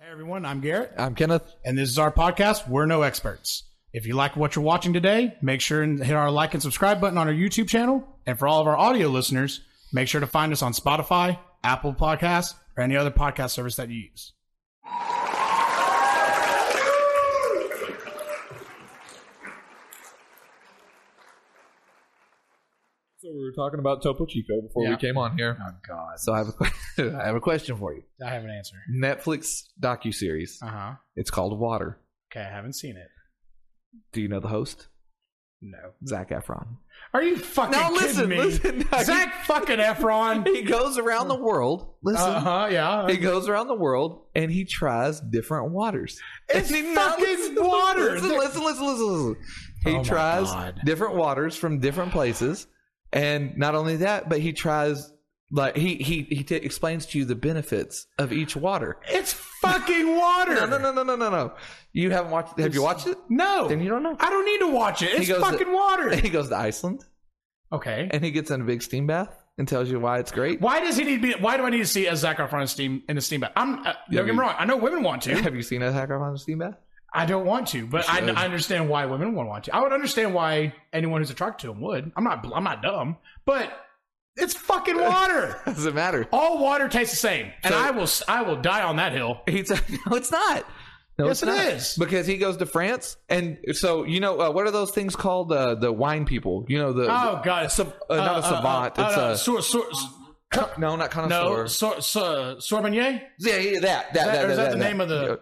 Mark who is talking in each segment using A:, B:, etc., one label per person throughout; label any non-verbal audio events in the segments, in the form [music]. A: everyone. I'm Garrett,
B: I'm Kenneth.
A: and this is our podcast, We're No Experts. If you like what you're watching today, make sure and hit our like and subscribe button on our YouTube channel. And for all of our audio listeners, make sure to find us on Spotify, Apple Podcasts, or any other podcast service that you use.
B: So we were talking about Topo Chico before
A: Yeah.
B: we came on here.
A: Oh, God.
B: So I have a que- [laughs] I have a question for you.
A: I have an answer.
B: Netflix docu series.
A: Uh huh.
B: It's called Water.
A: Okay, I haven't seen it.
B: Do you know the host?
A: No.
B: Zach Efron.
A: Are you fucking
B: Now
A: kidding
B: listen,
A: me?
B: listen.
A: [laughs]
B: [laughs]
A: Zach fucking [laughs] Efron.
B: He goes around the world. Listen.
A: Uh huh. Yeah.
B: He goes around the world and he tries different waters.
A: It's
B: And he- now
A: fucking
B: [laughs] listen,
A: water.
B: Listen, listen, listen, listen, listen.
A: Oh
B: He
A: my
B: tries
A: God.
B: different waters from different places, and not only that, but he tries like he he he t- explains to you the benefits of each water.
A: It's fucking water.
B: No, no, no, no, no, no, no. You haven't watched. Have you watched it?
A: No.
B: Then you don't know.
A: I don't need to watch it. It's
B: goes-
A: fucking water. [laughs]
B: [laughs] He goes to Iceland
A: Okay.
B: and he gets in a big steam bath and tells you why it's great.
A: Why does he need to be? Why do I need to see a Zac Efron in a steam in a steam bath? I'm uh,
B: Yeah,
A: don't get me
B: we-
A: wrong. I know women want
B: [laughs]
A: to.
B: Have you seen a hacker on a steam bath? [laughs]
A: I don't want to, but I,
B: should.
A: I understand why women would want to. I would understand why anyone who's attracted to him would. I'm not. bl- I'm not dumb, but it's fucking
B: [laughs]
A: water.
B: Doesn't matter.
A: All water tastes the same, and
B: So-
A: I will. s- I will die on that hill.
B: He said, [laughs] "No, it's not. No,
A: Yes,
B: it's
A: it
B: not.
A: is.
B: because he goes to France, and so you know uh, what are those things called? Uh, the wine people, you know the
A: Oh god, it's
B: the- uh, not a savant. it's a
A: sor, sor,
B: no, not connoisseur.
A: no sor, sor, sorbonnier.
B: yeah, yeah, that that that,
A: or is that the name of the-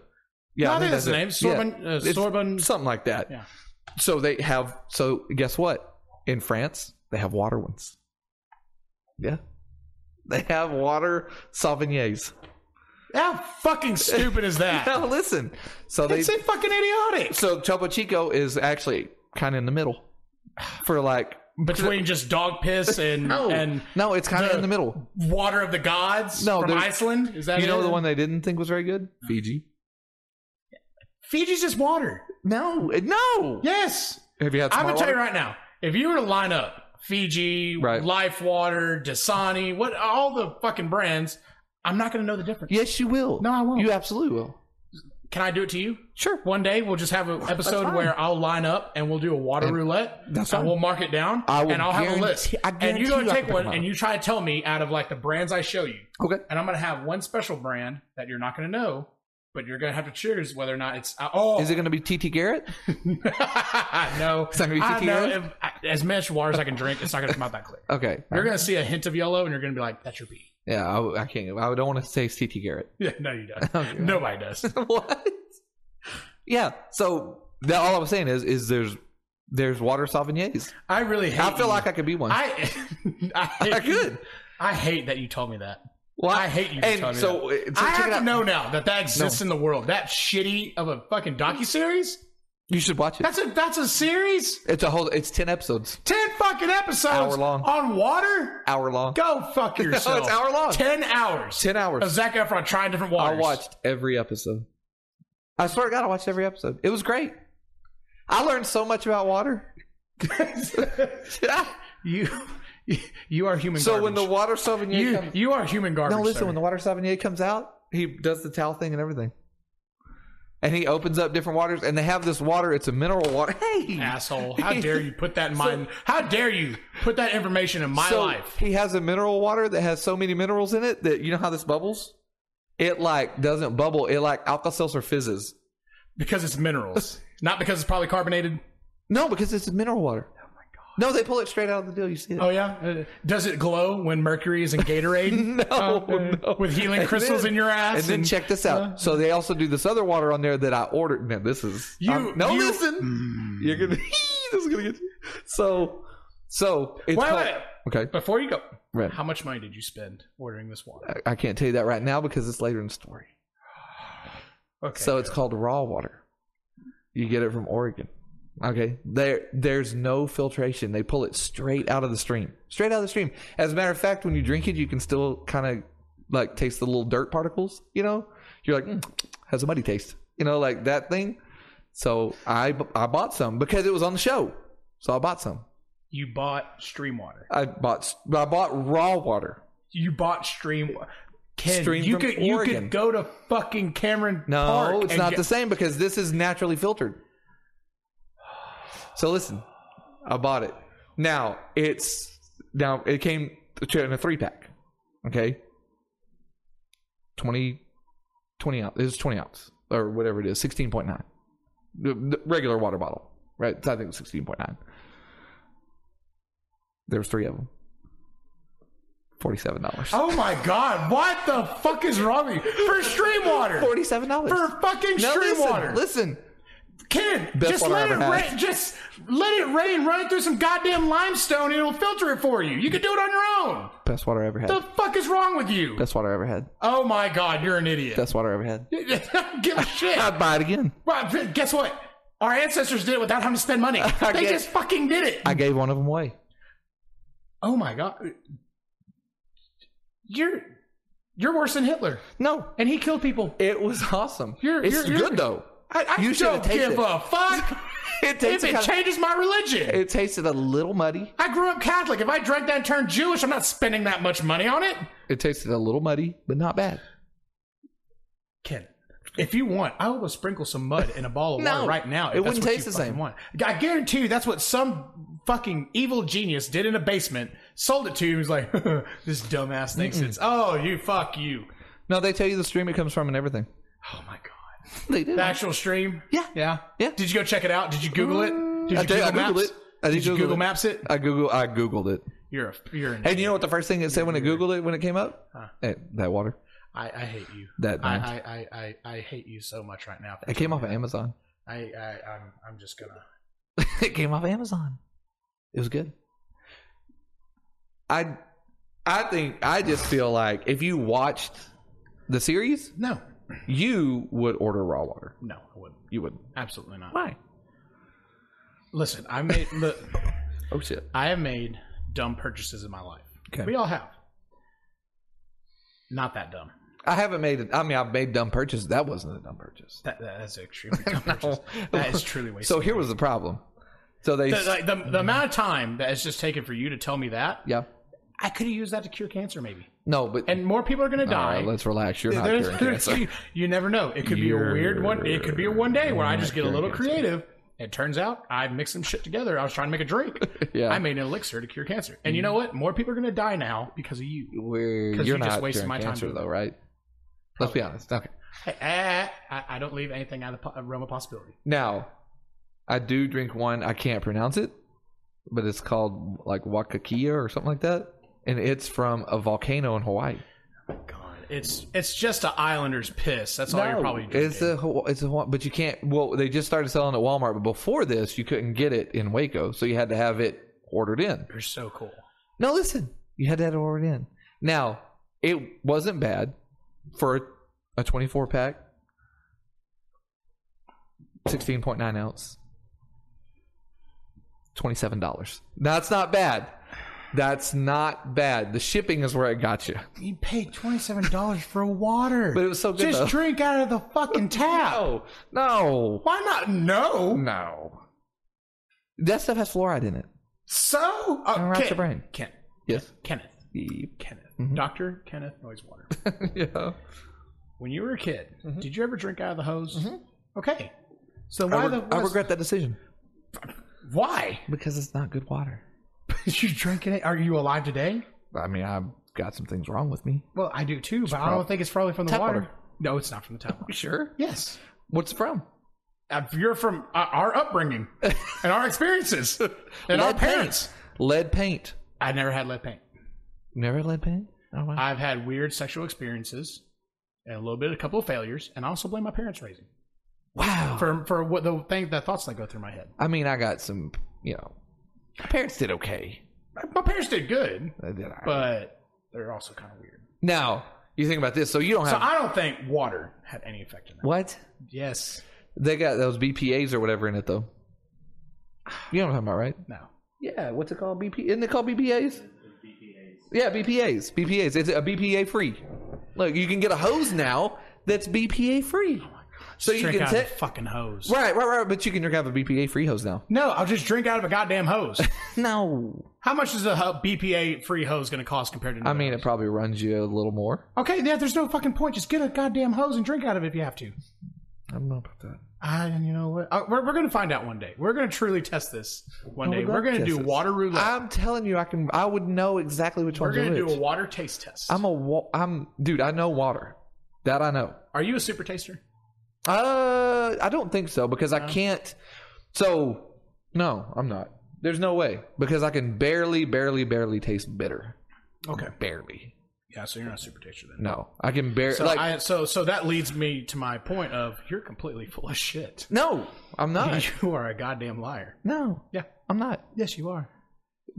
B: Yeah,
A: No, I think that's the name.
B: it.
A: Sorbon, uh,
B: It's
A: Sorbon.
B: something like that.
A: Yeah.
B: So they have. So guess what? In France, they have water ones. Yeah, they have water sauvignons.
A: How fucking stupid is that?
B: [laughs] Now listen. So they
A: It's a fucking idiotic.
B: so Topo Chico is actually kind of in the middle for like
A: between just dog piss and
B: [laughs] no,
A: and
B: no, it's kind of
A: the-
B: in the middle.
A: water of the gods
B: No,
A: from
B: there's-
A: Iceland. Is that
B: You know
A: it?
B: the one they didn't think was very good, Fiji.
A: Fiji's just water.
B: No, it- no.
A: Yes,
B: Have you had?
A: I'm
B: Smart
A: gonna tell you
B: water?
A: right now. If you were to line up Fiji,
B: Right.
A: Life Water, Dasani, what all the fucking brands, I'm not gonna know the difference.
B: Yes, you will.
A: No, I won't.
B: You absolutely will.
A: Can I do it to you?
B: Sure.
A: One day we'll just have an episode
B: fine.
A: where I'll line up and we'll do a water roulette.
B: that's
A: and
B: fine.
A: we'll mark it down.
B: I will
A: and I'll have a list.
B: guarantee- I
A: and
B: guarantee
A: you're gonna
B: you I
A: take
B: can
A: one
B: come up.
A: and you try to tell me out of like the brands I show you.
B: Okay.
A: and I'm gonna have one special brand that you're not gonna know, but you're gonna have to choose whether or not it's uh, oh
B: Is it going to be TT [laughs] Garrett?
A: [laughs] no,
B: not gonna be
A: I know
B: TTR?
A: if- I- as much water as I can drink, it's not gonna come out that
B: [laughs]
A: clear.
B: Okay.
A: You're gonna see a hint of yellow, and you're gonna be like, "That's your pee." [laughs]
B: Yeah, I, I can't. I don't want to say it's TT Garrett.
A: Yeah, no, you don't.
B: Okay.
A: Nobody does.
B: [laughs] what? Yeah. So that, all I was saying is, is there's there's water sauvignons.
A: I really hate.
B: I feel
A: you.
B: like I could be one.
A: I I, [laughs] hate
B: I
A: you.
B: could.
A: I hate that you told me that.
B: Well,
A: I hate you for
B: And
A: telling me
B: so, uh, so
A: I
B: check
A: have
B: it
A: to
B: out.
A: know now that that exists in the world. That shitty of a fucking docu series.
B: You should watch it.
A: That's a that's a series.
B: It's a whole. It's ten episodes,
A: Ten fucking episodes
B: Hour long.
A: on water.
B: hour long.
A: Go
B: [laughs]
A: fuck yourself.
B: it's hour long.
A: Ten hours.
B: Ten
A: Of
B: hours.
A: Zac Efron trying different waters.
B: I watched every episode. I swear to God, I watched every episode. It was great. I learned so much about water. [laughs]
A: [laughs] you, [laughs] you are human.
B: so
A: garbage.
B: when the water sauvignon
A: you
B: comes,
A: you are human garbage.
B: no, listen.
A: sir.
B: When the water sauvignon comes out, he does the towel thing and everything, and he opens up different waters. And they have this water. It's a mineral water. [laughs] Hey,
A: asshole, how dare you put
B: [laughs]
A: that in my? how dare you put that information in my
B: so
A: life?
B: He has a mineral water that has so many minerals in it that you know how this bubbles? It like doesn't bubble. It like Alka Seltzer fizzes.
A: Because it's
B: [laughs]
A: minerals, not because it's probably carbonated.
B: No, because it's mineral water. Oh my god. No, they pull it straight out of the deal. You see it?
A: Oh yeah, Uh, does it glow when mercury is in Gatorade?
B: [laughs] No,
A: Uh,
B: no.
A: with healing
B: And
A: crystals
B: then-
A: in your ass.
B: And then check this out. so they also do this other water on there that I ordered. Man, this is
A: You-
B: I'm- um, no
A: you- Mm.
B: listen. You're gonna [laughs] this is gonna get you. So so it's
A: Wait,
B: called-
A: wait.
B: okay.
A: Before you go,
B: Right.
A: how much money did you spend ordering this water?
B: I- I can't tell you that right now because it's later in the story.
A: Okay,
B: Uh, So it's called raw water. You get it from Oregon. Okay. There there's no filtration. They pull it straight out of the stream. Straight out of the stream. As a matter of fact, when you drink it, you can still kind of like taste the little dirt particles, you know? You're like, mm, has a muddy taste. You know, like that thing. So I b- I bought some because it was on the show. So I bought some.
A: you bought stream water.
B: I bought s- I bought raw water.
A: You bought stream. Ken,
B: Stream
A: you
B: from
A: could you
B: Oregon.
A: could go to fucking Cameron
B: No,
A: Park.
B: it's
A: and
B: not
A: get-
B: the same because this is naturally filtered. So listen, I bought it. Now it's now it came to- in a three pack. Okay. 20, 20 ounce. It's 20 ounce or whatever it is, 16.9. The, the regular water bottle, right? So I think it was 16.9. There was three of them. $47.
A: Oh my god, what the fuck is wrong with you? For stream water.
B: $47.
A: For fucking
B: Now
A: stream
B: listen,
A: water.
B: Listen.
A: Ken,
B: Best
A: just
B: water
A: let
B: I
A: it
B: ever had.
A: rain just let it rain, run it through some goddamn limestone, and it'll filter it for you. You can do it on your own.
B: Best water I ever had.
A: The fuck is wrong with you?
B: Best water I ever had.
A: Oh my god, you're an idiot.
B: Best water I ever had.
A: [laughs] Give a
B: [laughs]
A: shit.
B: I'd buy it again.
A: Well, guess what? Our ancestors did it without having to spend
B: [laughs]
A: money. They
B: get-
A: just fucking did it.
B: I gave one of them away.
A: oh my god. You're you're worse than Hitler.
B: No,
A: And he killed people.
B: it was awesome.
A: You're-
B: it's
A: you're-
B: good
A: you're-
B: though.
A: I, I
B: You should've
A: don't give
B: tasted it.
A: a fuck
B: [laughs] It
A: if
B: tasted
A: it
B: kind
A: changes my religion.
B: it tasted a little muddy.
A: I grew up Catholic. If I drank that and turned Jewish, I'm not spending that much money on it.
B: It tasted a little muddy, but not bad.
A: Ken, if you want, I will sprinkle some mud in a ball of
B: No,
A: water right now. if
B: it
A: that's
B: wouldn't
A: what
B: taste
A: you
B: the same.
A: fucking Want. I guarantee you, that's what some fucking evil genius did in a basement, sold it to you, and was like, [laughs] "This dumbass thinks it's oh, you fuck you."
B: No, they tell you the stream it comes from and everything.
A: Oh my god,
B: They do.
A: the actual stream.
B: Yeah.
A: yeah,
B: Yeah. Mm,
A: Did you go check it out? Did you Google it? Did you
B: I did- I Googled
A: Maps?
B: it. I did
A: did you
B: Google
A: Google
B: it.
A: Maps it?
B: I Google I Googled it.
A: You're a you're an.
B: And you know what the first thing it said when I Googled it when it came up? Eh, that water.
A: I, I hate you.
B: That
A: I,
B: I,
A: I, I, I, I hate you so much right now.
B: it came off of Amazon.
A: I, I I'm I'm just gonna. [laughs]
B: it came off Amazon. It was good. I I think I just feel like if you watched the series,
A: No,
B: you would order raw water.
A: no, I wouldn't.
B: You wouldn't.
A: Absolutely not.
B: Why?
A: Listen, I
B: [laughs]
A: made look.
B: Oh shit.
A: I have made dumb purchases in my life.
B: Okay.
A: We all have. Not that dumb.
B: I haven't made it. I mean, I've made dumb purchases. That wasn't a dumb purchase.
A: That, that is
B: [laughs]
A: extremely dumb purchase. That is truly wasted.
B: So here Mm. was the problem. So they.
A: the, like, the, the amount of time that it's just taken for you to tell me that
B: yeah.
A: I could have used that to cure cancer, maybe,
B: No, but
A: and more people are going to
B: all
A: die.
B: right, Uh, let's relax. You're not
A: There's-
B: curing
A: there's-
B: cancer.
A: [laughs] You, you never know. It could be a
B: You're
A: weird one. It could be a one day where I just
B: not
A: get a little
B: curing
A: creative. It turns out I mixed some shit together. I was trying to make a drink.
B: [laughs] Yeah.
A: I made an elixir to cure cancer. And you know what? More people are going to die now because of you.
B: We're,
A: 'Cause
B: you're
A: you just
B: not
A: wasted
B: curing
A: my time
B: cancer
A: doing
B: though, right? Let's be honest. Okay.
A: Hey, eh, I, I don't leave anything out of the po- realm of possibility.
B: Now, I do drink one. I can't pronounce it, but it's called like Wakakia or something like that, and it's from a volcano in Hawaii.
A: God, it's it's just a Islander's piss. That's all you're probably drinking.
B: it's a Haw- it's a Hawa- but you can't. Well, they just started selling it at Walmart, but before this, you couldn't get it in Waco, so you had to have it ordered in.
A: you're so cool.
B: No, listen, you had to have it ordered in. Now, it wasn't bad for a 24 pack, 16.9 ounce, $27. That's not bad. That's not bad. The shipping is where it got you.
A: You paid twenty seven dollars for water,
B: But it was so good,
A: Just
B: though.
A: drink out of the fucking tap.
B: [laughs] No, no,
A: Why not? No.
B: no. That stuff has fluoride in it.
A: So uh,
B: rots
A: Ken-
B: your brain. Mm-hmm.
A: Ken,
B: Yes.
A: Kenneth, Kenneth, Doctor Kenneth Noisewater.
B: [laughs] yeah.
A: when you were a kid,
B: Mm-hmm.
A: did you ever drink out of the hose? Okay. So why
B: I,
A: the
B: re- I regret that decision
A: [laughs] why
B: because it's not good water.
A: you drinking it? Are you alive today?
B: I mean, I've got some things wrong with me.
A: Well, I do too, but I don't think it's probably from the
B: Tap
A: water.
B: water.
A: No, it's not from the tap water.
B: Sure.
A: yes,
B: What's it from?
A: Uh, you're from uh, our upbringing and our
B: [laughs]
A: experiences and our
B: Lead
A: parents.
B: paint. Lead paint.
A: I never had lead paint.
B: Never lead paint? Oh, wow.
A: I've had weird sexual experiences and a little bit, a couple of failures, and I also blame my parents raising
B: wow.
A: for for what the thing that thoughts that go through my head.
B: I mean, I got some, you know, my parents did okay.
A: My parents did good,
B: They did all right.
A: but they're also kind of weird.
B: now, you think about this. So you don't
A: So
B: have.
A: I don't think water had any effect on that.
B: what?
A: Yes.
B: They got those BPAs or whatever in it, though. You know what I'm talking about, right?
A: No.
B: Yeah. What's it called? BP? Isn't it called BPAs? Yeah, BPAs. Oh BPAs. It's a BPA free. Look, you can get a hose now that's BPA free. So you
A: drink
B: can
A: out of
B: te-
A: the fucking hose.
B: Right, right, right. But you can drink out of a BPA free hose now.
A: No, I'll just drink out of a goddamn
B: [laughs]
A: hose.
B: No.
A: How much is a ho- BPA free hose going to cost compared to?
B: I
A: another
B: mean,
A: hose?
B: it probably runs you a little more.
A: okay, yeah, there's no fucking point. Just get a goddamn hose and drink out of it if you have to.
B: I don't know about that.
A: I, you know what? Uh, we're we're going to find out one day. We're going to truly test this one
B: No,
A: day.
B: we're not
A: We're going to do
B: testing.
A: water roulette.
B: I'm telling you, I can. I would know exactly which
A: we're
B: one's
A: going to do a
B: which.
A: water taste test.
B: I'm a. Wa- I'm dude. I know water. That I know.
A: Are you a super taster?
B: Uh, I don't think so because I can't. So no, I'm not. There's no way because I can barely, barely, barely taste bitter.
A: Okay.
B: Barely.
A: Yeah, so you're not a super taster then.
B: No, I can barely.
A: So
B: like
A: I, so so that leads me to my point of you're completely full of shit. [laughs]
B: no, I'm not.
A: You are a goddamn liar.
B: [laughs] no,
A: Yeah.
B: I'm not.
A: Yes, you are.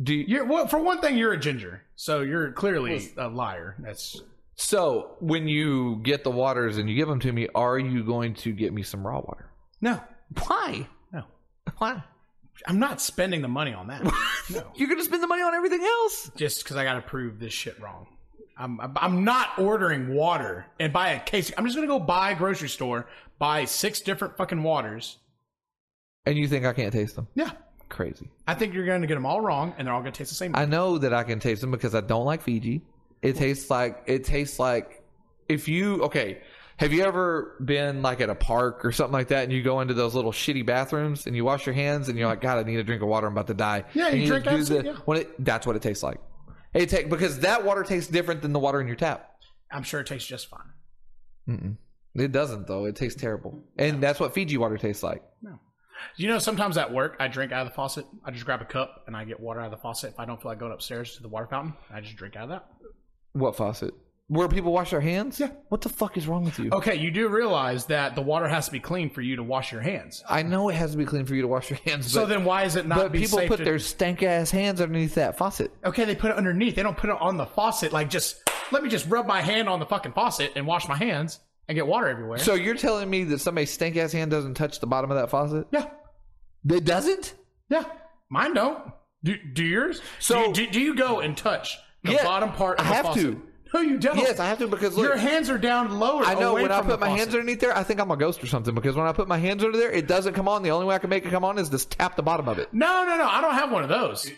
B: Do you,
A: You're well, for one thing, you're a ginger, so you're clearly a liar. That's
B: so when you get the waters and you give them to me, are you going to get me some raw water?
A: no,
B: Why?
A: no.
B: Why?
A: I'm not spending the money on
B: [laughs]
A: that. no,
B: You're gonna spend the money on everything else.
A: just because I got to prove this shit wrong. I'm I'm- I'm not ordering water and buy a case. I'm just gonna go buy a grocery store, buy six different fucking waters.
B: And you think I can't taste them?
A: Yeah,
B: Crazy.
A: I think you're gonna get them all wrong, and they're all gonna taste the same.
B: I know that I can taste them because I don't like Fiji. It tastes like it tastes like if you okay. Have you ever been like at a park or something like that, and you go into those little shitty bathrooms and you wash your hands and you're like, God, I need a drink of water. I'm about to die.
A: Yeah,
B: and
A: you drink
B: just do
A: that,
B: the-
A: yeah.
B: when it, that's what it tastes like. It take because that water tastes different than the water in your tap.
A: I'm sure it tastes just fine.
B: Mm-mm. It doesn't though. It tastes terrible, and that's what Fiji water tastes like.
A: You know, sometimes at work, I drink out of the faucet. I just grab a cup and I get water out of the faucet. If I don't feel like going upstairs to the water fountain, I just drink out of that.
B: What faucet? Where people wash their hands?
A: Yeah.
B: What the fuck is wrong with you?
A: Okay, you do realize that the water has to be clean for you to wash your hands.
B: I know it has to be clean for you to wash your [laughs] hands.
A: So
B: but-
A: then, why is it not?
B: But
A: be
B: people
A: safe
B: put
A: to-
B: their stank ass hands underneath that faucet.
A: okay. They put it underneath. They don't put it on the faucet. Like just let me just rub my hand on the fucking faucet and wash my hands and get water everywhere.
B: So you're telling me that somebody's stank ass hand doesn't touch the bottom of that faucet?
A: yeah,
B: It doesn't?
A: yeah. Mine don't. Do do yours?
B: So-
A: do you, do, do you go and touch the
B: Yeah,
A: bottom part? Of
B: I
A: the
B: have
A: faucet?
B: to.
A: No, you don't.
B: Yes, I have to because look,
A: Your hands are down lower.
B: I know
A: away
B: when I
A: from
B: put
A: the
B: my
A: faucet.
B: hands underneath there, I think I'm a ghost or something because when I put my hands under there, it doesn't come on. The only way I can make it come on is just tap the bottom of it.
A: No, no, no. I don't have one of those.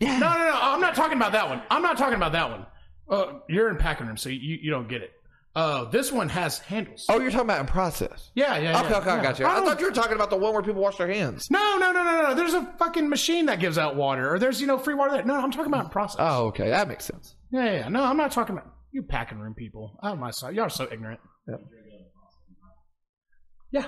B: Yeah.
A: No, no, no. I'm not talking about that one. I'm not talking about that one. Uh, you're in packing room, so you, you don't get it. Uh, this one has handles.
B: Oh, you're talking about in process.
A: yeah, yeah.
B: Okay,
A: yeah,
B: okay, I
A: yeah. Oh.
B: got you. I
A: don't-
B: thought you were talking about the one where people wash their hands.
A: no, no, no, no, no. There's a fucking machine that gives out water, or there's you know free water. That, no, I'm talking about in process.
B: Oh, okay. That makes sense.
A: Yeah, yeah, yeah. No, I'm not talking about you packing room people. Oh my son, y'all are so ignorant.
B: Yep.
A: Yeah.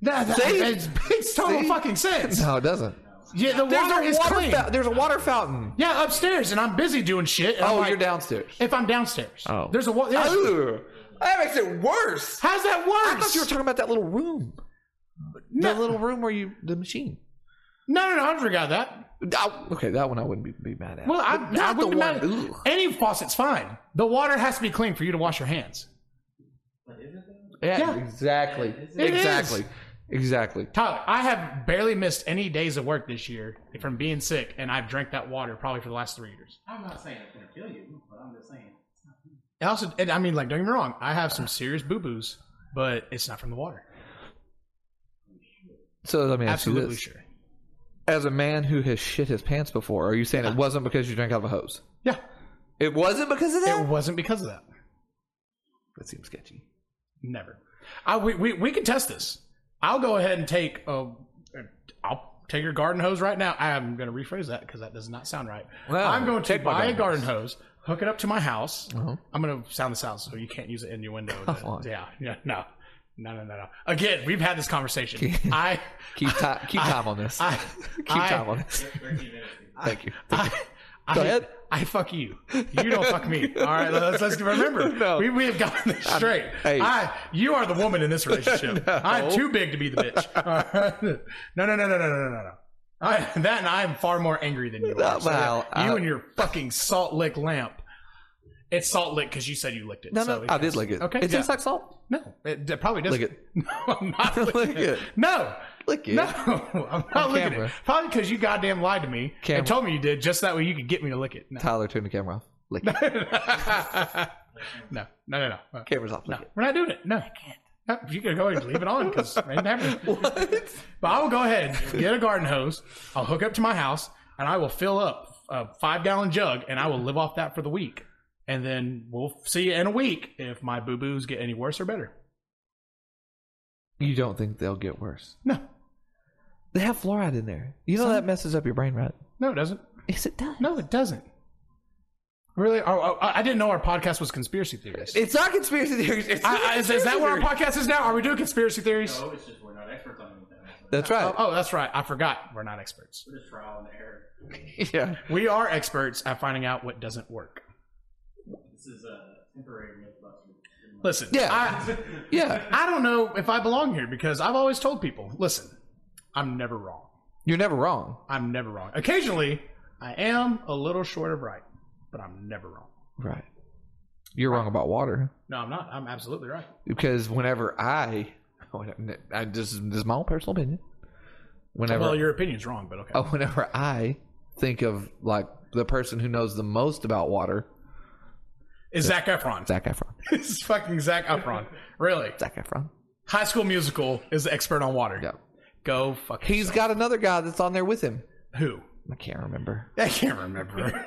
A: That, that,
B: See?
A: that makes total
B: See?
A: fucking sense.
B: No, it doesn't.
A: Yeah, the
B: There's
A: water
B: a
A: is
B: water
A: clean.
B: fou- there's a water fountain.
A: Yeah, upstairs, and I'm busy doing shit. and I'm
B: Oh,
A: like-
B: you're downstairs.
A: If I'm downstairs.
B: Oh.
A: There's a wall. Yeah.
B: Ooh, that makes it worse.
A: How's that worse?
B: I thought you were talking about that little room.
A: no,
B: The little room where you the machine.
A: no, no, no, I forgot that.
B: I- okay, that one I wouldn't be, be mad at.
A: Well, I,
B: But
A: I
B: not
A: wouldn't
B: the
A: matter.
B: one. Ooh.
A: Any faucet's fine. The water has to be clean for you to wash your hands.
B: Yeah,
A: Yeah.
B: exactly,
A: It is.
B: exactly, exactly.
A: Tyler, I have barely missed any days of work this year from being sick, and I've drank that water probably for the last three years.
C: I'm not saying it's gonna kill you, but I'm just saying.
A: And also, and I mean, like, don't get me wrong, I have some serious boo boos, but it's not from the water.
B: So let me ask you
A: Absolutely
B: this:
A: sure.
B: As a man who has shit his pants before, are you saying it wasn't because you drank out of a hose?
A: Yeah,
B: It wasn't because of
A: it
B: that.
A: wasn't because of that.
B: That seems sketchy.
A: Never. I we we, we can test this. I'll go ahead and take uh, I'll take your garden hose right now. I'm going to rephrase that because that does not sound right.
B: Well,
A: I'm going to
B: take my
A: buy a
B: garden
A: garden hose. hook it up to my house.
B: Uh-huh.
A: I'm going to sound this out so you can't use it in your
B: [laughs]
A: window.
B: on.
A: Yeah, yeah, no, no, no, no, no. Again, we've had this conversation. I
B: Keep time.
A: [laughs]
B: Keep time on this.
A: I
B: [laughs] keep
A: I,
B: time on this.
A: [laughs]
B: Thank you.
A: I, I,
B: Go ahead.
A: I fuck you. You don't fuck me. All right, let's, let's remember.
B: [laughs] No.
A: We, we have gotten this straight.
B: hey.
A: I, you are the woman in this
B: [laughs]
A: relationship. I'm too big to be the bitch. All right. No, no, no, no, no, no, no, no. I, that and I am far more angry than you are. So,
B: Well, uh,
A: yeah, you
B: I-
A: and your fucking salt lick lamp. It's salt lick because you said you licked it.
B: No,
A: so
B: no,
A: it
B: I did
A: counts.
B: lick it.
A: Okay,
B: it
A: yeah.
B: tastes like salt.
A: no, it, it probably doesn't.
B: Lick it.
A: [laughs] No, I'm not licking
B: [laughs] Lick
A: it.
B: it.
A: No,
B: Lick it.
A: no, [laughs] I'm not
B: On
A: looking at
B: camera.
A: it. Probably because you goddamn lied to me
B: Camera. [laughs]
A: and told me you did just that way you could get me to lick it. No.
B: Tyler, turn the camera off. Lick it.
A: I No, no, no, no. Uh,
B: Cameras off.
A: No, we're not doing it. No, I can't. No, you can go ahead and leave it on because it ain't happening.
B: [laughs] What?
A: But I will go ahead and get a garden hose. I'll hook up to my house and I will fill up a five gallon jug and I will live off that for the week. And then we'll see in a week if my boo boos get any worse or better.
B: You don't think they'll get worse?
A: No,
B: They have fluoride in there. You know that messes up your brain, right?
A: no, it doesn't.
B: Yes, it does.
A: No, it doesn't. Really? Oh, oh, I I didn't know our podcast was conspiracy theories.
B: It's not conspiracy theories. It's
A: I, I, is, is that where our podcast is now? Are we doing conspiracy theories?
C: No, it's just we're not experts on anything.
B: That's right.
A: Oh, oh, that's right. I forgot. We're not experts.
C: We're just trial and error.
B: yeah.
A: We are experts at finding out what doesn't work.
C: This is a temporary mythbuster.
A: Listen,
B: Yeah.
A: I,
B: Yeah.
A: I don't know if I belong here because I've always told people, listen, I'm never wrong.
B: You're never wrong.
A: I'm never wrong. Occasionally, I am a little short of right, but I'm never wrong.
B: Right. You're wrong about water
A: No, I'm not. I'm absolutely right.
B: because whenever I, [laughs] I just this is my own personal opinion. Whenever
A: Well, your opinion's wrong, but okay.
B: uh, whenever I think of like the person who knows the most about water,
A: It's Zach [laughs] Efron.
B: Zach Efron.
A: it's fucking Zach Efron. Really?
B: Zach Efron.
A: High School Musical is the expert on water.
B: Yeah.
A: Go fuck.
B: He's
A: yourself.
B: got another guy that's on there with him.
A: who?
B: I can't remember.
A: I can't remember.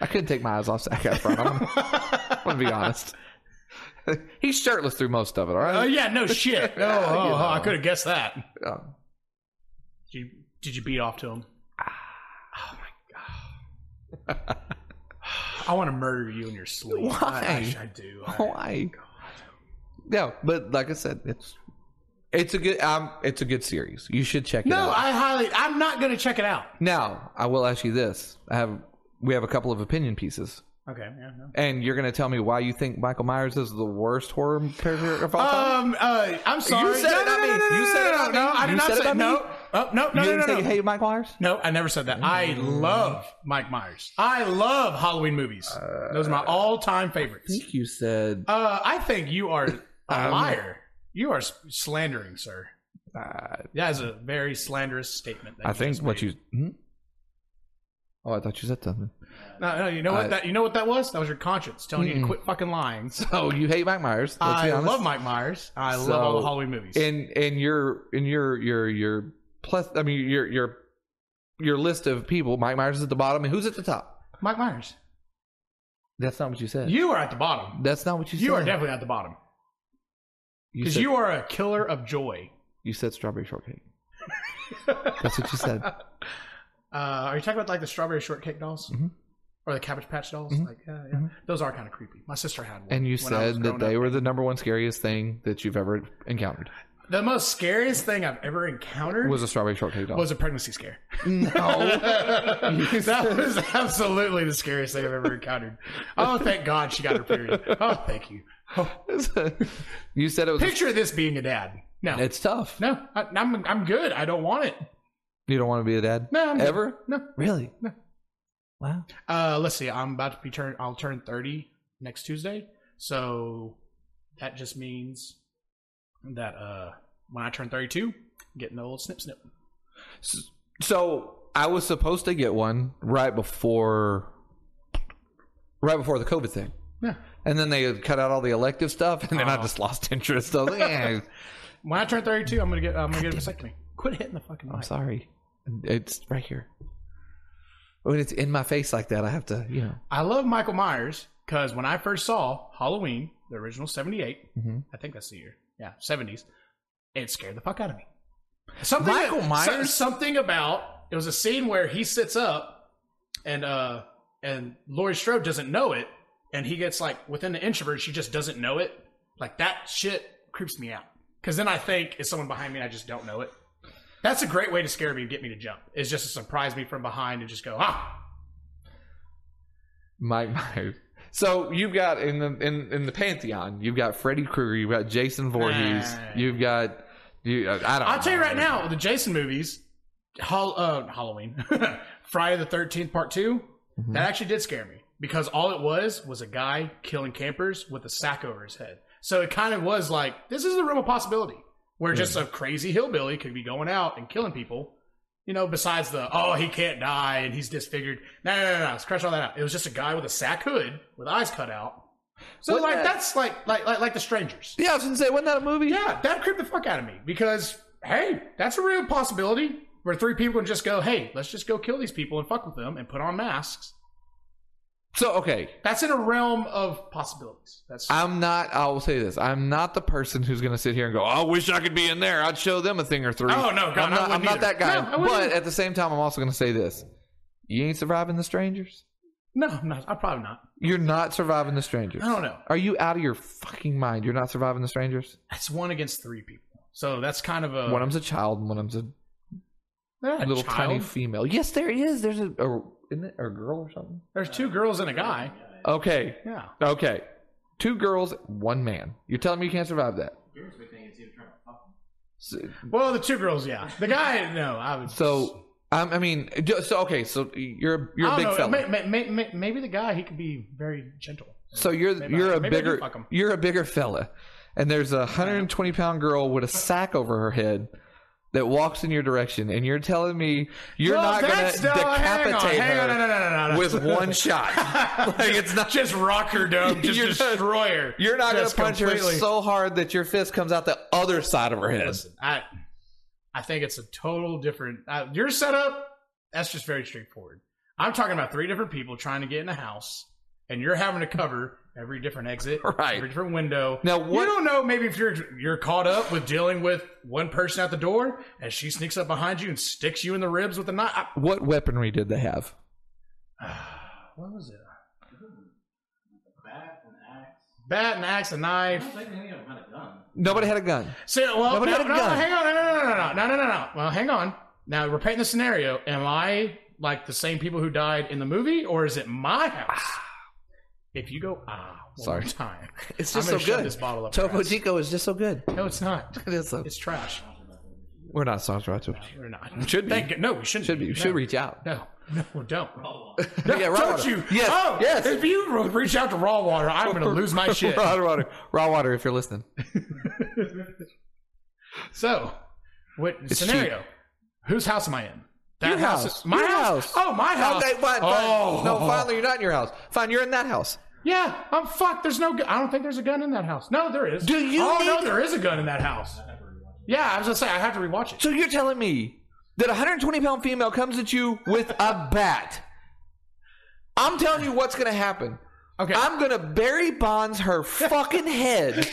B: I couldn't take my eyes off Zach Efron. I'm, I'm gonna be honest. [laughs] He's shirtless through most of it.
A: [laughs]
B: All
A: Oh [laughs]
B: right.
A: yeah, no shit. Oh,
B: Yeah,
A: oh,
B: you
A: oh, I
B: know.
A: could have guessed that.
B: Um,
A: Did you, did you beat off to him? Oh my god. [sighs] I want to murder you in your sleep.
B: Why?
A: I, I, sh- I do. I-
B: Why? No, but like I said, it's it's a good um, it's a good series. You should check it
A: no,
B: out.
A: I highly. I'm not going to check it out.
B: now, I will ask you this: I have we have a couple of opinion pieces,
A: Okay. Yeah. No.
B: and you're going to tell me why you think Michael Myers is the worst horror character of all time.
A: Um. Uh. I'm sorry.
B: said
A: no, no,
B: it, not
A: no,
B: me.
A: no, no,
B: You
A: no,
B: said it,
A: no,
B: not
A: No,
B: me.
A: I did
B: You
A: not
B: said it,
A: say
B: not me.
A: no. Oh, no. No.
B: you
A: No.
B: didn't
A: No.
B: say
A: No.
B: you Mm. hated Michael Myers.
A: No, I never said that. I love Mike Myers. I love Halloween movies. Those
B: Uh,
A: are my all-time favorites.
B: I think you said
A: Uh, I think you are a
B: [laughs] Um,
A: liar. You are s- slandering, sir.
B: uh,
A: That is a very slanderous statement. That
B: I think
A: just
B: what
A: made.
B: you. Hmm? Oh, I thought you said something.
A: No, no, you know what
B: I-
A: that you know what that was? That was your conscience telling you to quit fucking lying.
B: Oh, you hate Mike Myers.
A: [laughs]
B: Let's
A: I
B: be honest.
A: love Mike Myers. I love all the
B: So,
A: Halloween movies.
B: in in your in your your your plus. I mean your your your list of people. Mike Myers is at the bottom, and who's at the top?
A: Mike Myers,
B: That's not what you said.
A: you are at the bottom.
B: That's not what you,
A: You
B: said.
A: are definitely at the bottom
B: You
A: because
B: said,
A: you are a killer of joy.
B: you said strawberry
A: [laughs]
B: shortcake. That's what you said.
A: Uh, are you talking about like the strawberry shortcake dolls
B: Mhm.
A: or the cabbage patch dolls? Like, uh, yeah, yeah. Those are kind of creepy. My sister had one.
B: Mm-hmm. And you
A: when I was
B: said that
A: growing
B: they
A: up.
B: were the number one scariest thing that you've ever encountered
A: the most scariest thing I've ever encountered
B: was a Oh. strawberry shortcake doll.
A: was a pregnancy
B: [laughs]
A: scare.
B: no.
A: [laughs] that was absolutely the scariest thing I've ever encountered. Oh, thank God she got her period. Oh, thank you. Oh,
B: you said it [laughs] was.
A: picture this being a dad. No,
B: [laughs] It's tough.
A: no, I, I'm I'm good. I don't want it.
B: You don't want to be a dad
A: No, I'm good.
B: ever.
A: No.
B: Really?
A: No.
B: Wow.
A: Uh, let's see. I'm about to be turn. I'll turn 30 next Tuesday. So that just means that uh, when I turn 32, I'm getting the old snip snip.
B: So I was supposed to get one right before, right before the COVID thing,
A: Yeah. Oh.
B: and then they had cut out all the elective stuff, and then I just lost interest. I was like, eh,
A: When I turn 32, I'm gonna get I'm gonna get a vasectomy. Quit hitting the fucking
B: I'm
A: mic.
B: sorry, it's right here. When it's in my face like that, I have to, you know.
A: I love Michael Myers because when I first saw Halloween, the original 78,
B: Mhm.
A: I think that's the year. Yeah, 70s. It scared the fuck out of me. Something
B: Michael Myers?
A: so- something about it was a scene where he sits up and uh and Laurie Strode doesn't know it and he gets like within the inch of her she just doesn't know it. Like that shit creeps me out. Cuz then I think it's someone behind me and I just don't know it. That's a great way to scare me and get me to jump. Is just to surprise me from behind and just go, "Ah,
B: Mike Myers. So you've got in the in, in the pantheon, you've got Freddy Krueger, you've got Jason Voorhees,
A: Nah.
B: you've got you. I don't.
A: I'll
B: know.
A: tell you right now, the Jason movies, Hol- uh, Halloween, [laughs] Friday the Thirteenth Part 2 that actually did scare me because all it was was a guy killing campers with a sack over his head. So it kind of was like this is the realm of possibility where just a crazy hillbilly could be going out and killing people. You know, besides the oh he can't die and he's disfigured. No, no, no, no. Let's crush all that out. It was just a guy with a sack hood with eyes cut out So
B: Wasn't
A: like
B: that-
A: that's like, like like like the strangers.
B: Yeah, I was gonna say, wasn't that a movie?
A: Yeah, that creeped the fuck out of me because hey, that's a real possibility where three people can just go, hey, let's just go kill these people and fuck with them and put on masks.
B: So okay,
A: That's in a realm of possibilities. That's
B: I'm not. I will say this: I'm not the person who's gonna sit here and go, "Oh, "I wish I could be in there. I'd show them a thing or three.
A: Oh, no, God,
B: I'm
A: I
B: not.
A: wouldn't
B: I'm not
A: either.
B: that guy.
A: No, I wouldn't
B: but
A: either.
B: at the same time, I'm also gonna say this: you ain't surviving the strangers.
A: no, I'm not. I'm probably not.
B: You're not surviving the strangers.
A: I don't know.
B: Are you out of your fucking mind? You're not surviving the strangers.
A: That's one against three people. So that's kind of a
B: one of them's a child, and one of them's
A: yeah,
B: a little
A: child.
B: tiny female. Yes, there is. There's a, a isn't it a girl or something?
A: There's two girls and a guy.
B: Okay,
A: Yeah.
B: okay. Two girls, one man. You're telling me you can't survive that?
C: Here's the thing is he was trying to fuck him.
B: So,
A: Well, the two girls, yeah. The guy, no, I would.
B: so I'm- I mean, ju- so okay. So you're you're
A: I don't
B: a big
A: know.
B: fella.
A: May- may- may- may- maybe the guy he could be very gentle.
B: So you're
A: Maybe I-
B: you're a
A: maybe I do
B: bigger
A: fuck 'em.
B: you're a bigger fella, and there's a 120 pound girl with a sack over her head that walks in your direction, and you're telling me you're
A: Well,
B: not going to
A: that's- no,
B: decapitate
A: hang on, hang
B: her
A: on, no, no, no, no, no.
B: with one shot. [laughs] like it's not
A: just rock her dumb, just
B: [laughs] You're not-
A: destroy her.
B: you're not going to
A: Just
B: punch her
A: completely-
B: so hard that your fist comes out the other side of her head.
A: Listen, I, I think it's a total different. Uh, your setup, that's just very straightforward. I'm talking about three different people trying to get in a house, and you're having to cover every different exit,
B: Right.
A: every different window.
B: Now what-
A: You don't know. Maybe if you're you're caught up with dealing with one person at the door, and she sneaks up behind you and sticks you in the ribs with a knife. I-
B: What weaponry did they have?
A: [sighs] what was it?
C: A bat, an axe.
A: Bat and axe, a knife.
C: I don't think anything about a gun.
B: Nobody had a gun.
A: So, well,
B: Nobody
A: no,
B: had a
A: no,
B: gun.
A: hang on, no, no, no, no, no, no, no, no. Well, hang on. Now we're painting the scenario. Am I like the same people who died in the movie, or is it my
B: [sighs]
A: house? if you go ah, one
B: Sorry.
A: more time,
B: [laughs] It's
A: I'm
B: just
A: gonna
B: so
A: shove
B: good.
A: This bottle up your
B: Topo
A: ass.
B: Chico is just so good.
A: No, it's not.
B: It is so-
A: It's trash.
B: We're not sponsored by Topo Chico.
A: We're not.
B: Should be.
A: Thank God. No, we shouldn't.
B: Should be. You
A: No.
B: should reach out.
A: No, no, don't.
B: [laughs] Yeah,
A: No,
B: raw
A: don't
B: water.
A: you?
B: Yes,
A: Oh,
B: yes.
A: If you reach out to raw water, I'm
B: [laughs]
A: gonna lose my shit.
B: raw water. Raw water. If you're [laughs] listening,
A: So, what
B: cheap.
A: scenario? Whose house am I in? That
B: Your house.
A: is- My
B: Your
A: house.
B: house.
A: Oh, my house.
B: Okay, fine, fine.
A: Oh.
B: No, finally, you're not in your house. Fine, you're in that house.
A: Yeah, I'm fucked. There's no. Gu- I don't think there's a gun in that house. No, there is.
B: Do you
A: Oh no,
B: need-
A: there is a gun in that house. Yeah, I was gonna say I have to rewatch it.
B: So you're telling me that a 120 pound female comes at you with a bat. I'm telling you what's going to happen.
A: Okay.
B: I'm going to Barry Bonds her fucking head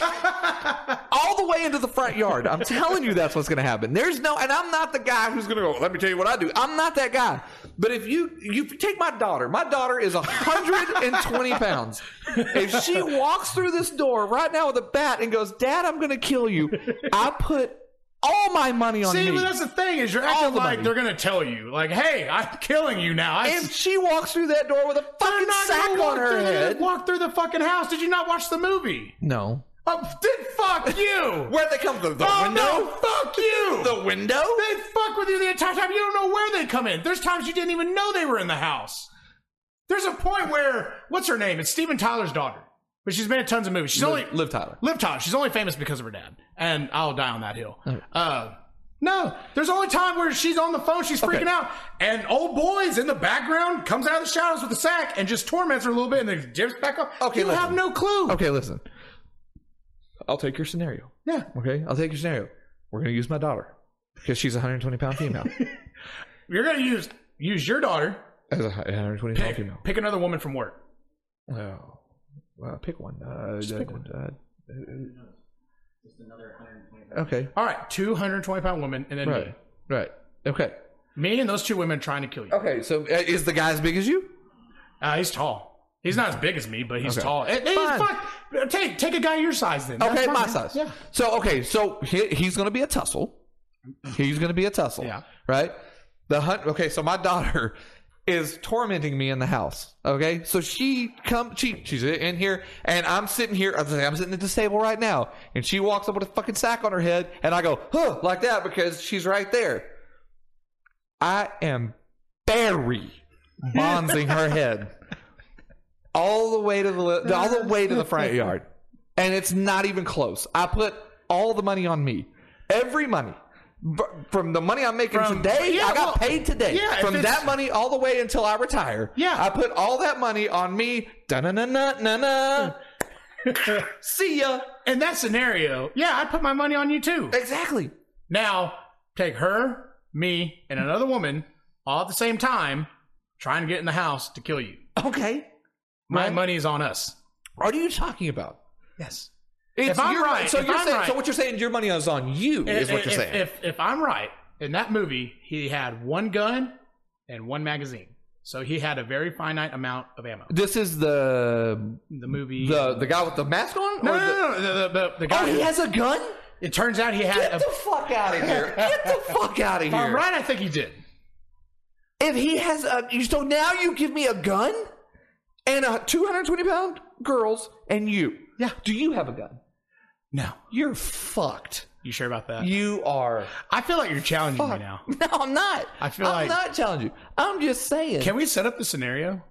B: all the way into the front yard. I'm telling you that's what's going to happen. There's no, and I'm not the guy who's going to go, let me tell you what I do. I'm not that guy. But if you, you take my daughter, my daughter is 120 pounds. If she walks through this door right now with a bat and goes, Dad, I'm going to kill you, I put all my money on
A: See,
B: me.
A: but that's the thing is you're
B: All
A: acting
B: the
A: like
B: money.
A: they're gonna tell you, like, "Hey, I'm killing you now." I
B: if she walks through that door with a
A: They're
B: fucking
A: not
B: sack
A: gonna walk
B: on her
A: through the-
B: head.
A: walk through the fucking house. Did you not watch the movie?
B: No.
A: Oh, did fuck
B: [laughs]
A: you.
B: Where'd they come from? The
A: oh no,
B: window?
A: fuck you.
B: The window?
A: They fuck with you the entire time. You don't know where they come in. There's times you didn't even know they were in the house. There's a point where what's her name? It's Steven Tyler's daughter, but she's been in tons of movies. She's only
B: Liv, Liv Tyler.
A: Liv Tyler. She's only famous because of her dad, and I'll die on that hill. Uh, no, there's only time where she's on the phone, she's freaking
B: Okay.
A: out, and old boy's in the background comes out of the shadows with a sack and just torments her a little bit, and then dips back up.
B: Okay,
A: you
B: listen.
A: have no clue.
B: Okay, listen. I'll take your scenario.
A: Yeah.
B: Okay, I'll take your scenario. We're gonna use my daughter because she's a 120 pound female.
A: you're gonna use use your daughter,
B: [laughs] As a 120 pound
A: pick,
B: female.
A: pick another woman from work.
B: Oh, well, pick one. Uh,
A: Just
B: uh,
A: pick one.
B: uh, uh,
C: Just another 120.
B: okay,
A: All right, two hundred twenty pound woman, and then
B: right, right. Okay,
A: me, me and those two women trying to kill you.
B: okay. So uh, is the guy as big as you?
A: Uh, he's tall. He's not as big as me, but he's
B: Okay.
A: tall. Hey, hey,
B: Fine.
A: fuck, take take a guy your size then. That's
B: Okay,
A: fine,
B: my
A: man.
B: size.
A: Yeah.
B: So okay, so he, he's gonna be a tussle. He's gonna be a tussle.
A: Yeah.
B: Right. The hunt. Okay, so my daughter [laughs] is tormenting me in the house. Okay, so she come. She she's in here, and I'm sitting here. I'm sitting- I'm sitting at this table right now, and she walks up with a fucking sack on her head, and I go huh like that because she's right there. I am
A: [laughs]
B: Barry bonzing her head all the way to the li- all the way to
A: [laughs]
B: the front yard, and it's not even close. I put all the money on me, every money. B- From the money I'm making
A: From-
B: today,
A: yeah,
B: I got
A: well,
B: paid today.
A: yeah, if
B: From
A: it's-
B: that money all the way until I retire,
A: Yeah. [laughs]
B: I put all that money on me. Da na na na na na. See ya.
A: In that scenario, yeah, I'd put my money on you too.
B: Exactly.
A: Now, take her, me, and another woman all at the same time trying to get in the house to kill you.
B: Okay.
A: My
B: Right.
A: money is on us.
B: What are you talking about?
A: Yes.
B: It's
A: I'm
B: your,
A: right,
B: so
A: if
B: you're
A: I'm
B: saying,
A: right.
B: so what you're saying, your money is on you, is what you're saying.
A: If, if I'm right, in that movie, he had one gun and one magazine. So he had a very finite amount of ammo.
B: this is the
A: The movie.
B: the the guy with the mask on.
A: no, no,
B: Or the-
A: no, no, no, the, the, the guy.
B: Oh, he has a gun.
A: it turns out he had
B: Get
A: a.
B: the fuck out of
A: [laughs]
B: here! Get the fuck out of
A: If I'm
B: here!
A: right, I think he did.
B: If he has a, you- so now you give me a gun and a 220 pound girls and you.
A: Yeah.
B: Do you have a gun?
A: No.
B: You're fucked.
A: You sure about that?
B: You are.
A: I feel like you're challenging me now.
B: [laughs] No, I'm not.
A: I feel
B: I'm
A: like-
B: not challenging you. I'm just saying.
A: Can we set up the scenario?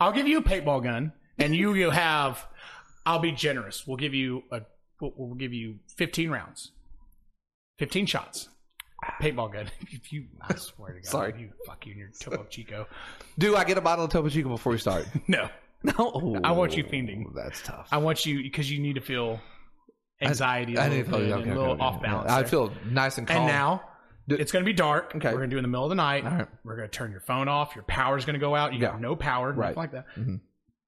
A: I'll give you a paintball gun, and you you have. I'll be generous. We'll give you a. We'll, we'll give you fifteen rounds, fifteen shots. Paintball gun. [laughs] If you, I swear to God,
B: Sorry.
A: you fuck you and your Topo Chico.
B: Do I get a bottle of Topo Chico before we start?
A: No,
B: [laughs] no.
A: I want you fiending.
B: That's tough.
A: I want you because you need to feel anxiety, a
B: I
A: little
B: need to feel
A: bit,
B: okay,
A: and a
B: okay,
A: little
B: okay,
A: off
B: okay.
A: balance.
B: I
A: there.
B: feel nice and calm.
A: And now
B: Do-
A: it's going to be dark.
B: Okay.
A: We're going to do it in the middle of the night.
B: All right.
A: We're going to turn your phone off. Your power's going to go out. You
B: Yeah.
A: have no power,
B: Right.
A: nothing like that.
B: Mhm.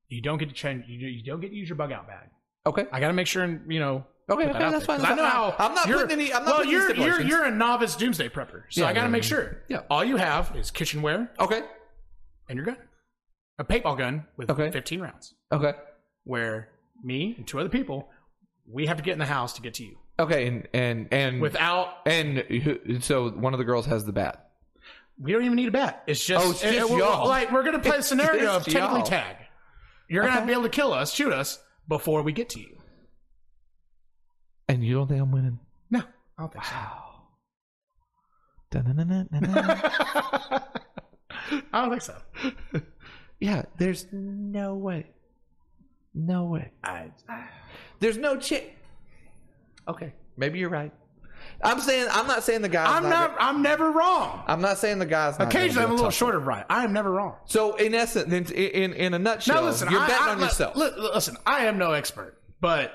A: You don't get to change. You, you don't get to use your bug out bag.
B: Okay.
A: I got to make sure and you know.
B: Okay,
A: put that
B: okay,
A: out
B: that's
A: there.
B: fine,
A: 'Cause
B: that's
A: I know
B: fine.
A: how
B: I'm not
A: you're-
B: putting any- I'm not
A: well,
B: putting any
A: you're you're
B: stipulations.
A: you're a novice doomsday prepper, so
B: Yeah,
A: I got to
B: yeah,
A: make
B: yeah.
A: sure.
B: Yeah.
A: All you have is kitchenware
B: Okay.
A: and your gun, a paintball gun with
B: Okay.
A: 15 rounds.
B: Okay.
A: Where me and two other people, we have to get in the house to get to you
B: Okay. And and and
A: without
B: and who- so one of the girls has the bat.
A: We don't even need a bet. It's just,
B: Oh, it's just
A: it- it- we're-
B: y'all.
A: like we're gonna play a
B: [laughs] It's
A: scenario of
B: just y'all.
A: technically tag. You're gonna
B: Okay.
A: be able to kill us, shoot us before we get to you.
B: And you don't think I'm winning?
A: No, I don't think so.
B: Wow. Dun-dun-dun-dun-dun.
A: [laughs] I don't think so.
B: [laughs] yeah, there's no way. No way.
A: I,
B: There's no chance. Okay, maybe you're right. I'm saying I'm not saying the guy's
A: am not. I'm never wrong.
B: I'm not saying the guy's not
A: Occasionally,
B: gonna
A: I'm
B: be
A: a little
B: tough-
A: short of right. I am never wrong.
B: So in essence, in in, in a nutshell,
A: Now listen,
B: you're
A: I,
B: betting
A: I-
B: on
A: li-
B: yourself.
A: li- listen, I am no expert, but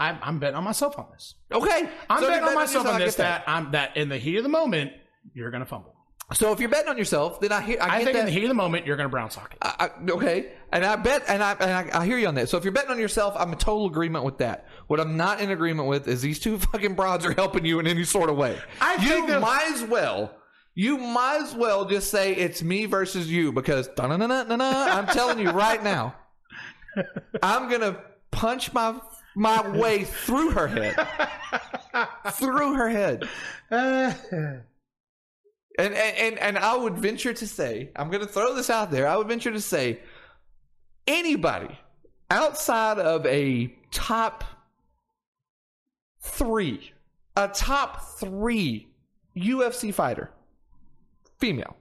A: I'm, I'm betting on myself on this.
B: okay,
A: I'm
B: So if you're
A: betting on myself
B: yourself,
A: on
B: I
A: this
B: get that.
A: that. I'm that in the heat of the moment you're gonna fumble.
B: So if you're betting on yourself, then I hear I,
A: I
B: get
A: think
B: that.
A: in the heat of the moment you're gonna brown socket.
B: I, I, okay, and I bet, and I and I, I hear you on that. So if you're betting on yourself, I'm in total agreement with that. What I'm not in agreement with is these two [laughs] fucking broads are helping you in any sort of way.
A: I
B: you
A: think they're-
B: might as well. You might as well just say it's me versus you because da-na-na-na-na-na, I'm telling you
A: [laughs]
B: right now, I'm gonna punch my my way through
A: [laughs]
B: her head, through her head. Uh, And, and and and I would venture to say, I'm going to throw this out there. I would venture to say, anybody outside of a top three, a top three UFC fighter, female,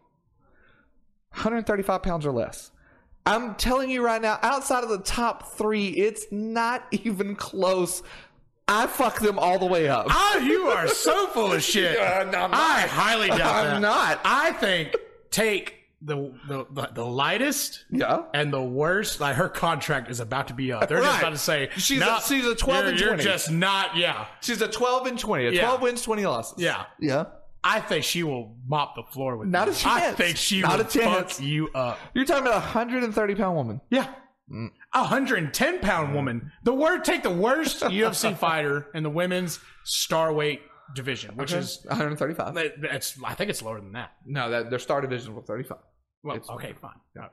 B: 135 pounds or less. I'm telling you right now, outside of the top three, it's not even close. I fuck them all the way up.
A: Oh, you are so full of shit.
B: Yeah, [laughs] I'm not.
A: I highly doubt that.
B: I'm not.
A: I think take the the, the, the lightest
B: yeah.
A: and the worst. Like her contract is about to be up. They're
B: Right.
A: just about to say
B: She's a-
A: "Nah,
B: she's a 12
A: you're,
B: and
A: You're
B: 20."
A: just not. Yeah,
B: She's a 12 and 20. A
A: Yeah.
B: 12 wins, 20 losses.
A: yeah.
B: Yeah.
A: I think she will mop the floor with
B: Not
A: you.
B: a
A: I
B: chance.
A: think she
B: Not
A: will
B: a chance.
A: fuck you up.
B: You're talking about a 130 pound woman.
A: Yeah. A 110
B: Mm.
A: pound woman. The word take the worst
B: [laughs]
A: UFC fighter in the women's starweight division, which is
B: 135.
A: it's I think it's lower than that.
B: No, that their star division was 35.
A: Well,
B: It's-
A: okay, fine. Uh,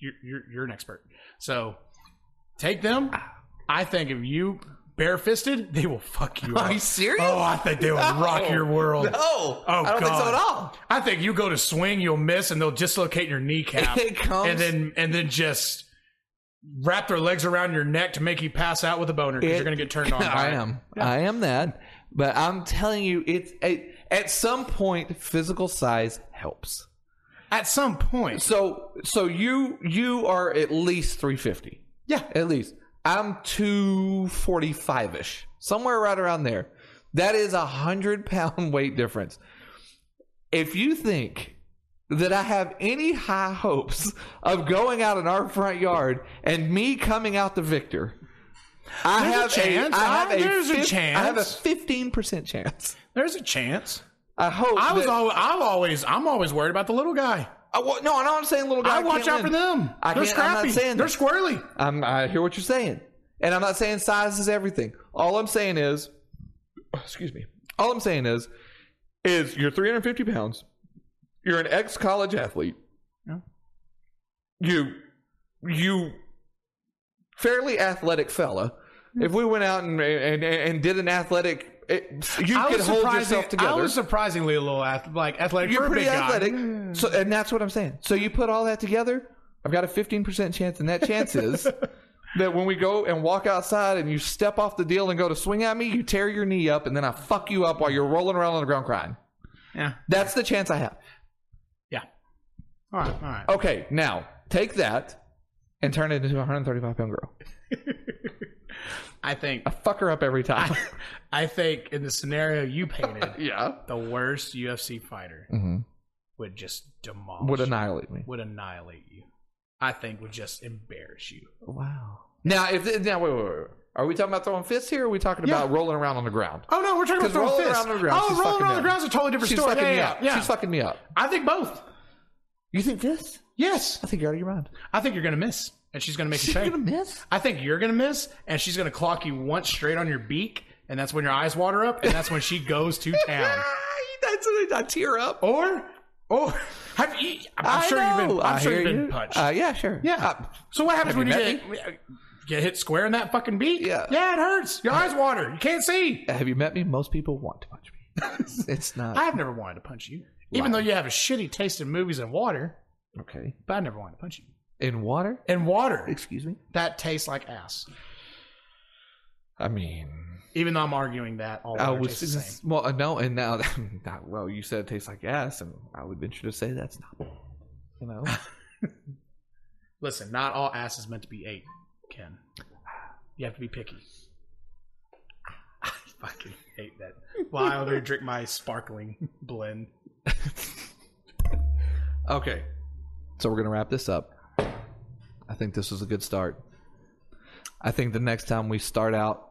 A: You're, you're, you're an expert. So take them. I think if you barefisted, they will fuck you up.
B: [laughs] Are you serious?
A: Oh, I think they will rock your world.
B: No. Oh, I don't think so
A: God.
B: at all.
A: [laughs] I think you go to swing, you'll miss, and they'll dislocate your kneecap.
B: [laughs] It comes-
A: and then and then just wrap their legs around your neck to make you pass out with a boner because
B: It-
A: you're gonna get turned on. by
B: [laughs] I
A: it.
B: am. I am that. But I'm telling you, it's it, at some point, physical size helps.
A: At some point,
B: So, so you you are at least 350.
A: yeah,
B: At least. I'm 245 ish, somewhere right around there. That is a hundred pound [laughs] weight difference. If you think that I have any high hopes of going out in our front yard and me coming out the victor, I
A: There's a
B: have
A: chance.
B: I have a,
A: There's a
B: fif- I have a
A: chance.
B: fifteen percent chance.
A: There's a chance.
B: I hope.
A: I was
B: that-
A: always, I'm always I'm always worried about the little guy.
B: I wa- no, I know I'm saying little guy.
A: I watch out
B: can't
A: for
B: win.
A: them.
B: I
A: They're
B: can't- I'm not
A: scrappy.
B: saying
A: They're
B: that.
A: squirrely.
B: I'm, I hear what you're saying, and I'm not saying size is everything. All I'm saying is, [sighs] excuse me. All I'm saying is, is you're 350 pounds. You're an ex-college athlete.
A: Yeah.
B: You, you, fairly athletic fella. If we went out and and, and did an athletic, it, you
A: I
B: could
A: was
B: hold
A: surprising-
B: yourself together.
A: I was surprisingly a little ath- like athletic
B: you're
A: for a
B: pretty
A: big guy.
B: athletic. So, and that's what I'm saying. So you put all that together, I've got a 15% chance, and that chance is
A: [laughs]
B: that when we go and walk outside and you step off the deal and go to swing at me, you tear your knee up, and then I fuck you up while you're rolling around on the ground crying.
A: Yeah.
B: That's the chance I have.
A: Yeah. All right. All right.
B: Okay, now take that and turn it into a 135 pound girl.
A: I think
B: I fuck her up
A: [laughs]
B: every time.
A: I think in the scenario you painted, [laughs]
B: yeah.
A: the worst UFC fighter
B: Mhm.
A: would just demolish
B: Would annihilate me.
A: Mm-hmm. would annihilate you. I think would just embarrass you.
B: Wow. Now, if now, wait, wait, wait. wait. Are we talking about throwing fists here? Or are we talking
A: Yeah.
B: about rolling around on the ground?
A: Oh no, we're talking about
B: Because
A: throwing
B: rolling
A: fists.
B: around on the ground,
A: oh,
B: she's
A: rolling
B: fucking
A: around the
B: down.
A: ground is a totally different
B: She's
A: story.
B: fucking
A: yeah,
B: me
A: yeah,
B: up.
A: yeah.
B: She's fucking me up.
A: I think both.
B: You think this?
A: Yes,
B: I think you're out of your mind.
A: I think you're gonna miss, and she's gonna make you
B: She's
A: pay.
B: gonna miss.
A: I think you're gonna miss, and she's gonna clock you once straight on your beak, and that's when your eyes water up, and that's when she goes to town.
B: [laughs] That's when I tear up.
A: Or, or have you? I'm, Oh, I'm sure you've been. I'm sure you've been punched.
B: Uh, yeah, sure.
A: yeah.
B: Uh,
A: so what happens when
B: have you
A: you get, get hit square in that fucking beak?
B: Yeah.
A: Yeah, it hurts. Your eyes water. You can't see.
B: Uh, have you met me? Most people want
A: [laughs]
B: to punch me. it's not
A: I've never wanted to punch you, even
B: Right.
A: though you have a shitty taste in movies and water.
B: okay.
A: But I never wanted to punch you.
B: In water?
A: And water
B: Excuse me.
A: that tastes like ass.
B: I mean,
A: Even though I'm arguing that all
B: I
A: water
B: was
A: tastes the same.
B: well, uh, no, and now that [laughs] well, you said it tastes like ass, and I would venture to say that's not. You know,
A: Listen, not all ass is meant to be ate, Ken. You have to be picky. I fucking hate that. Well, I already drink my sparkling blend.
B: Okay. So we're going to wrap this up. I think this was a good start. I think the next time we start out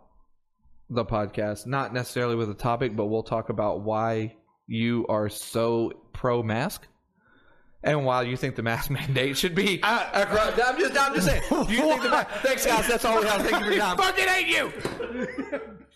B: the podcast, not necessarily with a topic, but we'll talk about why you are so pro mask. And why you think the mask [laughs] mandate should be,
A: I-
B: across, I'm just, I'm just saying. You think the, ma- thanks, guys. That's all we have. Thank you for your time.
A: fucking hate you!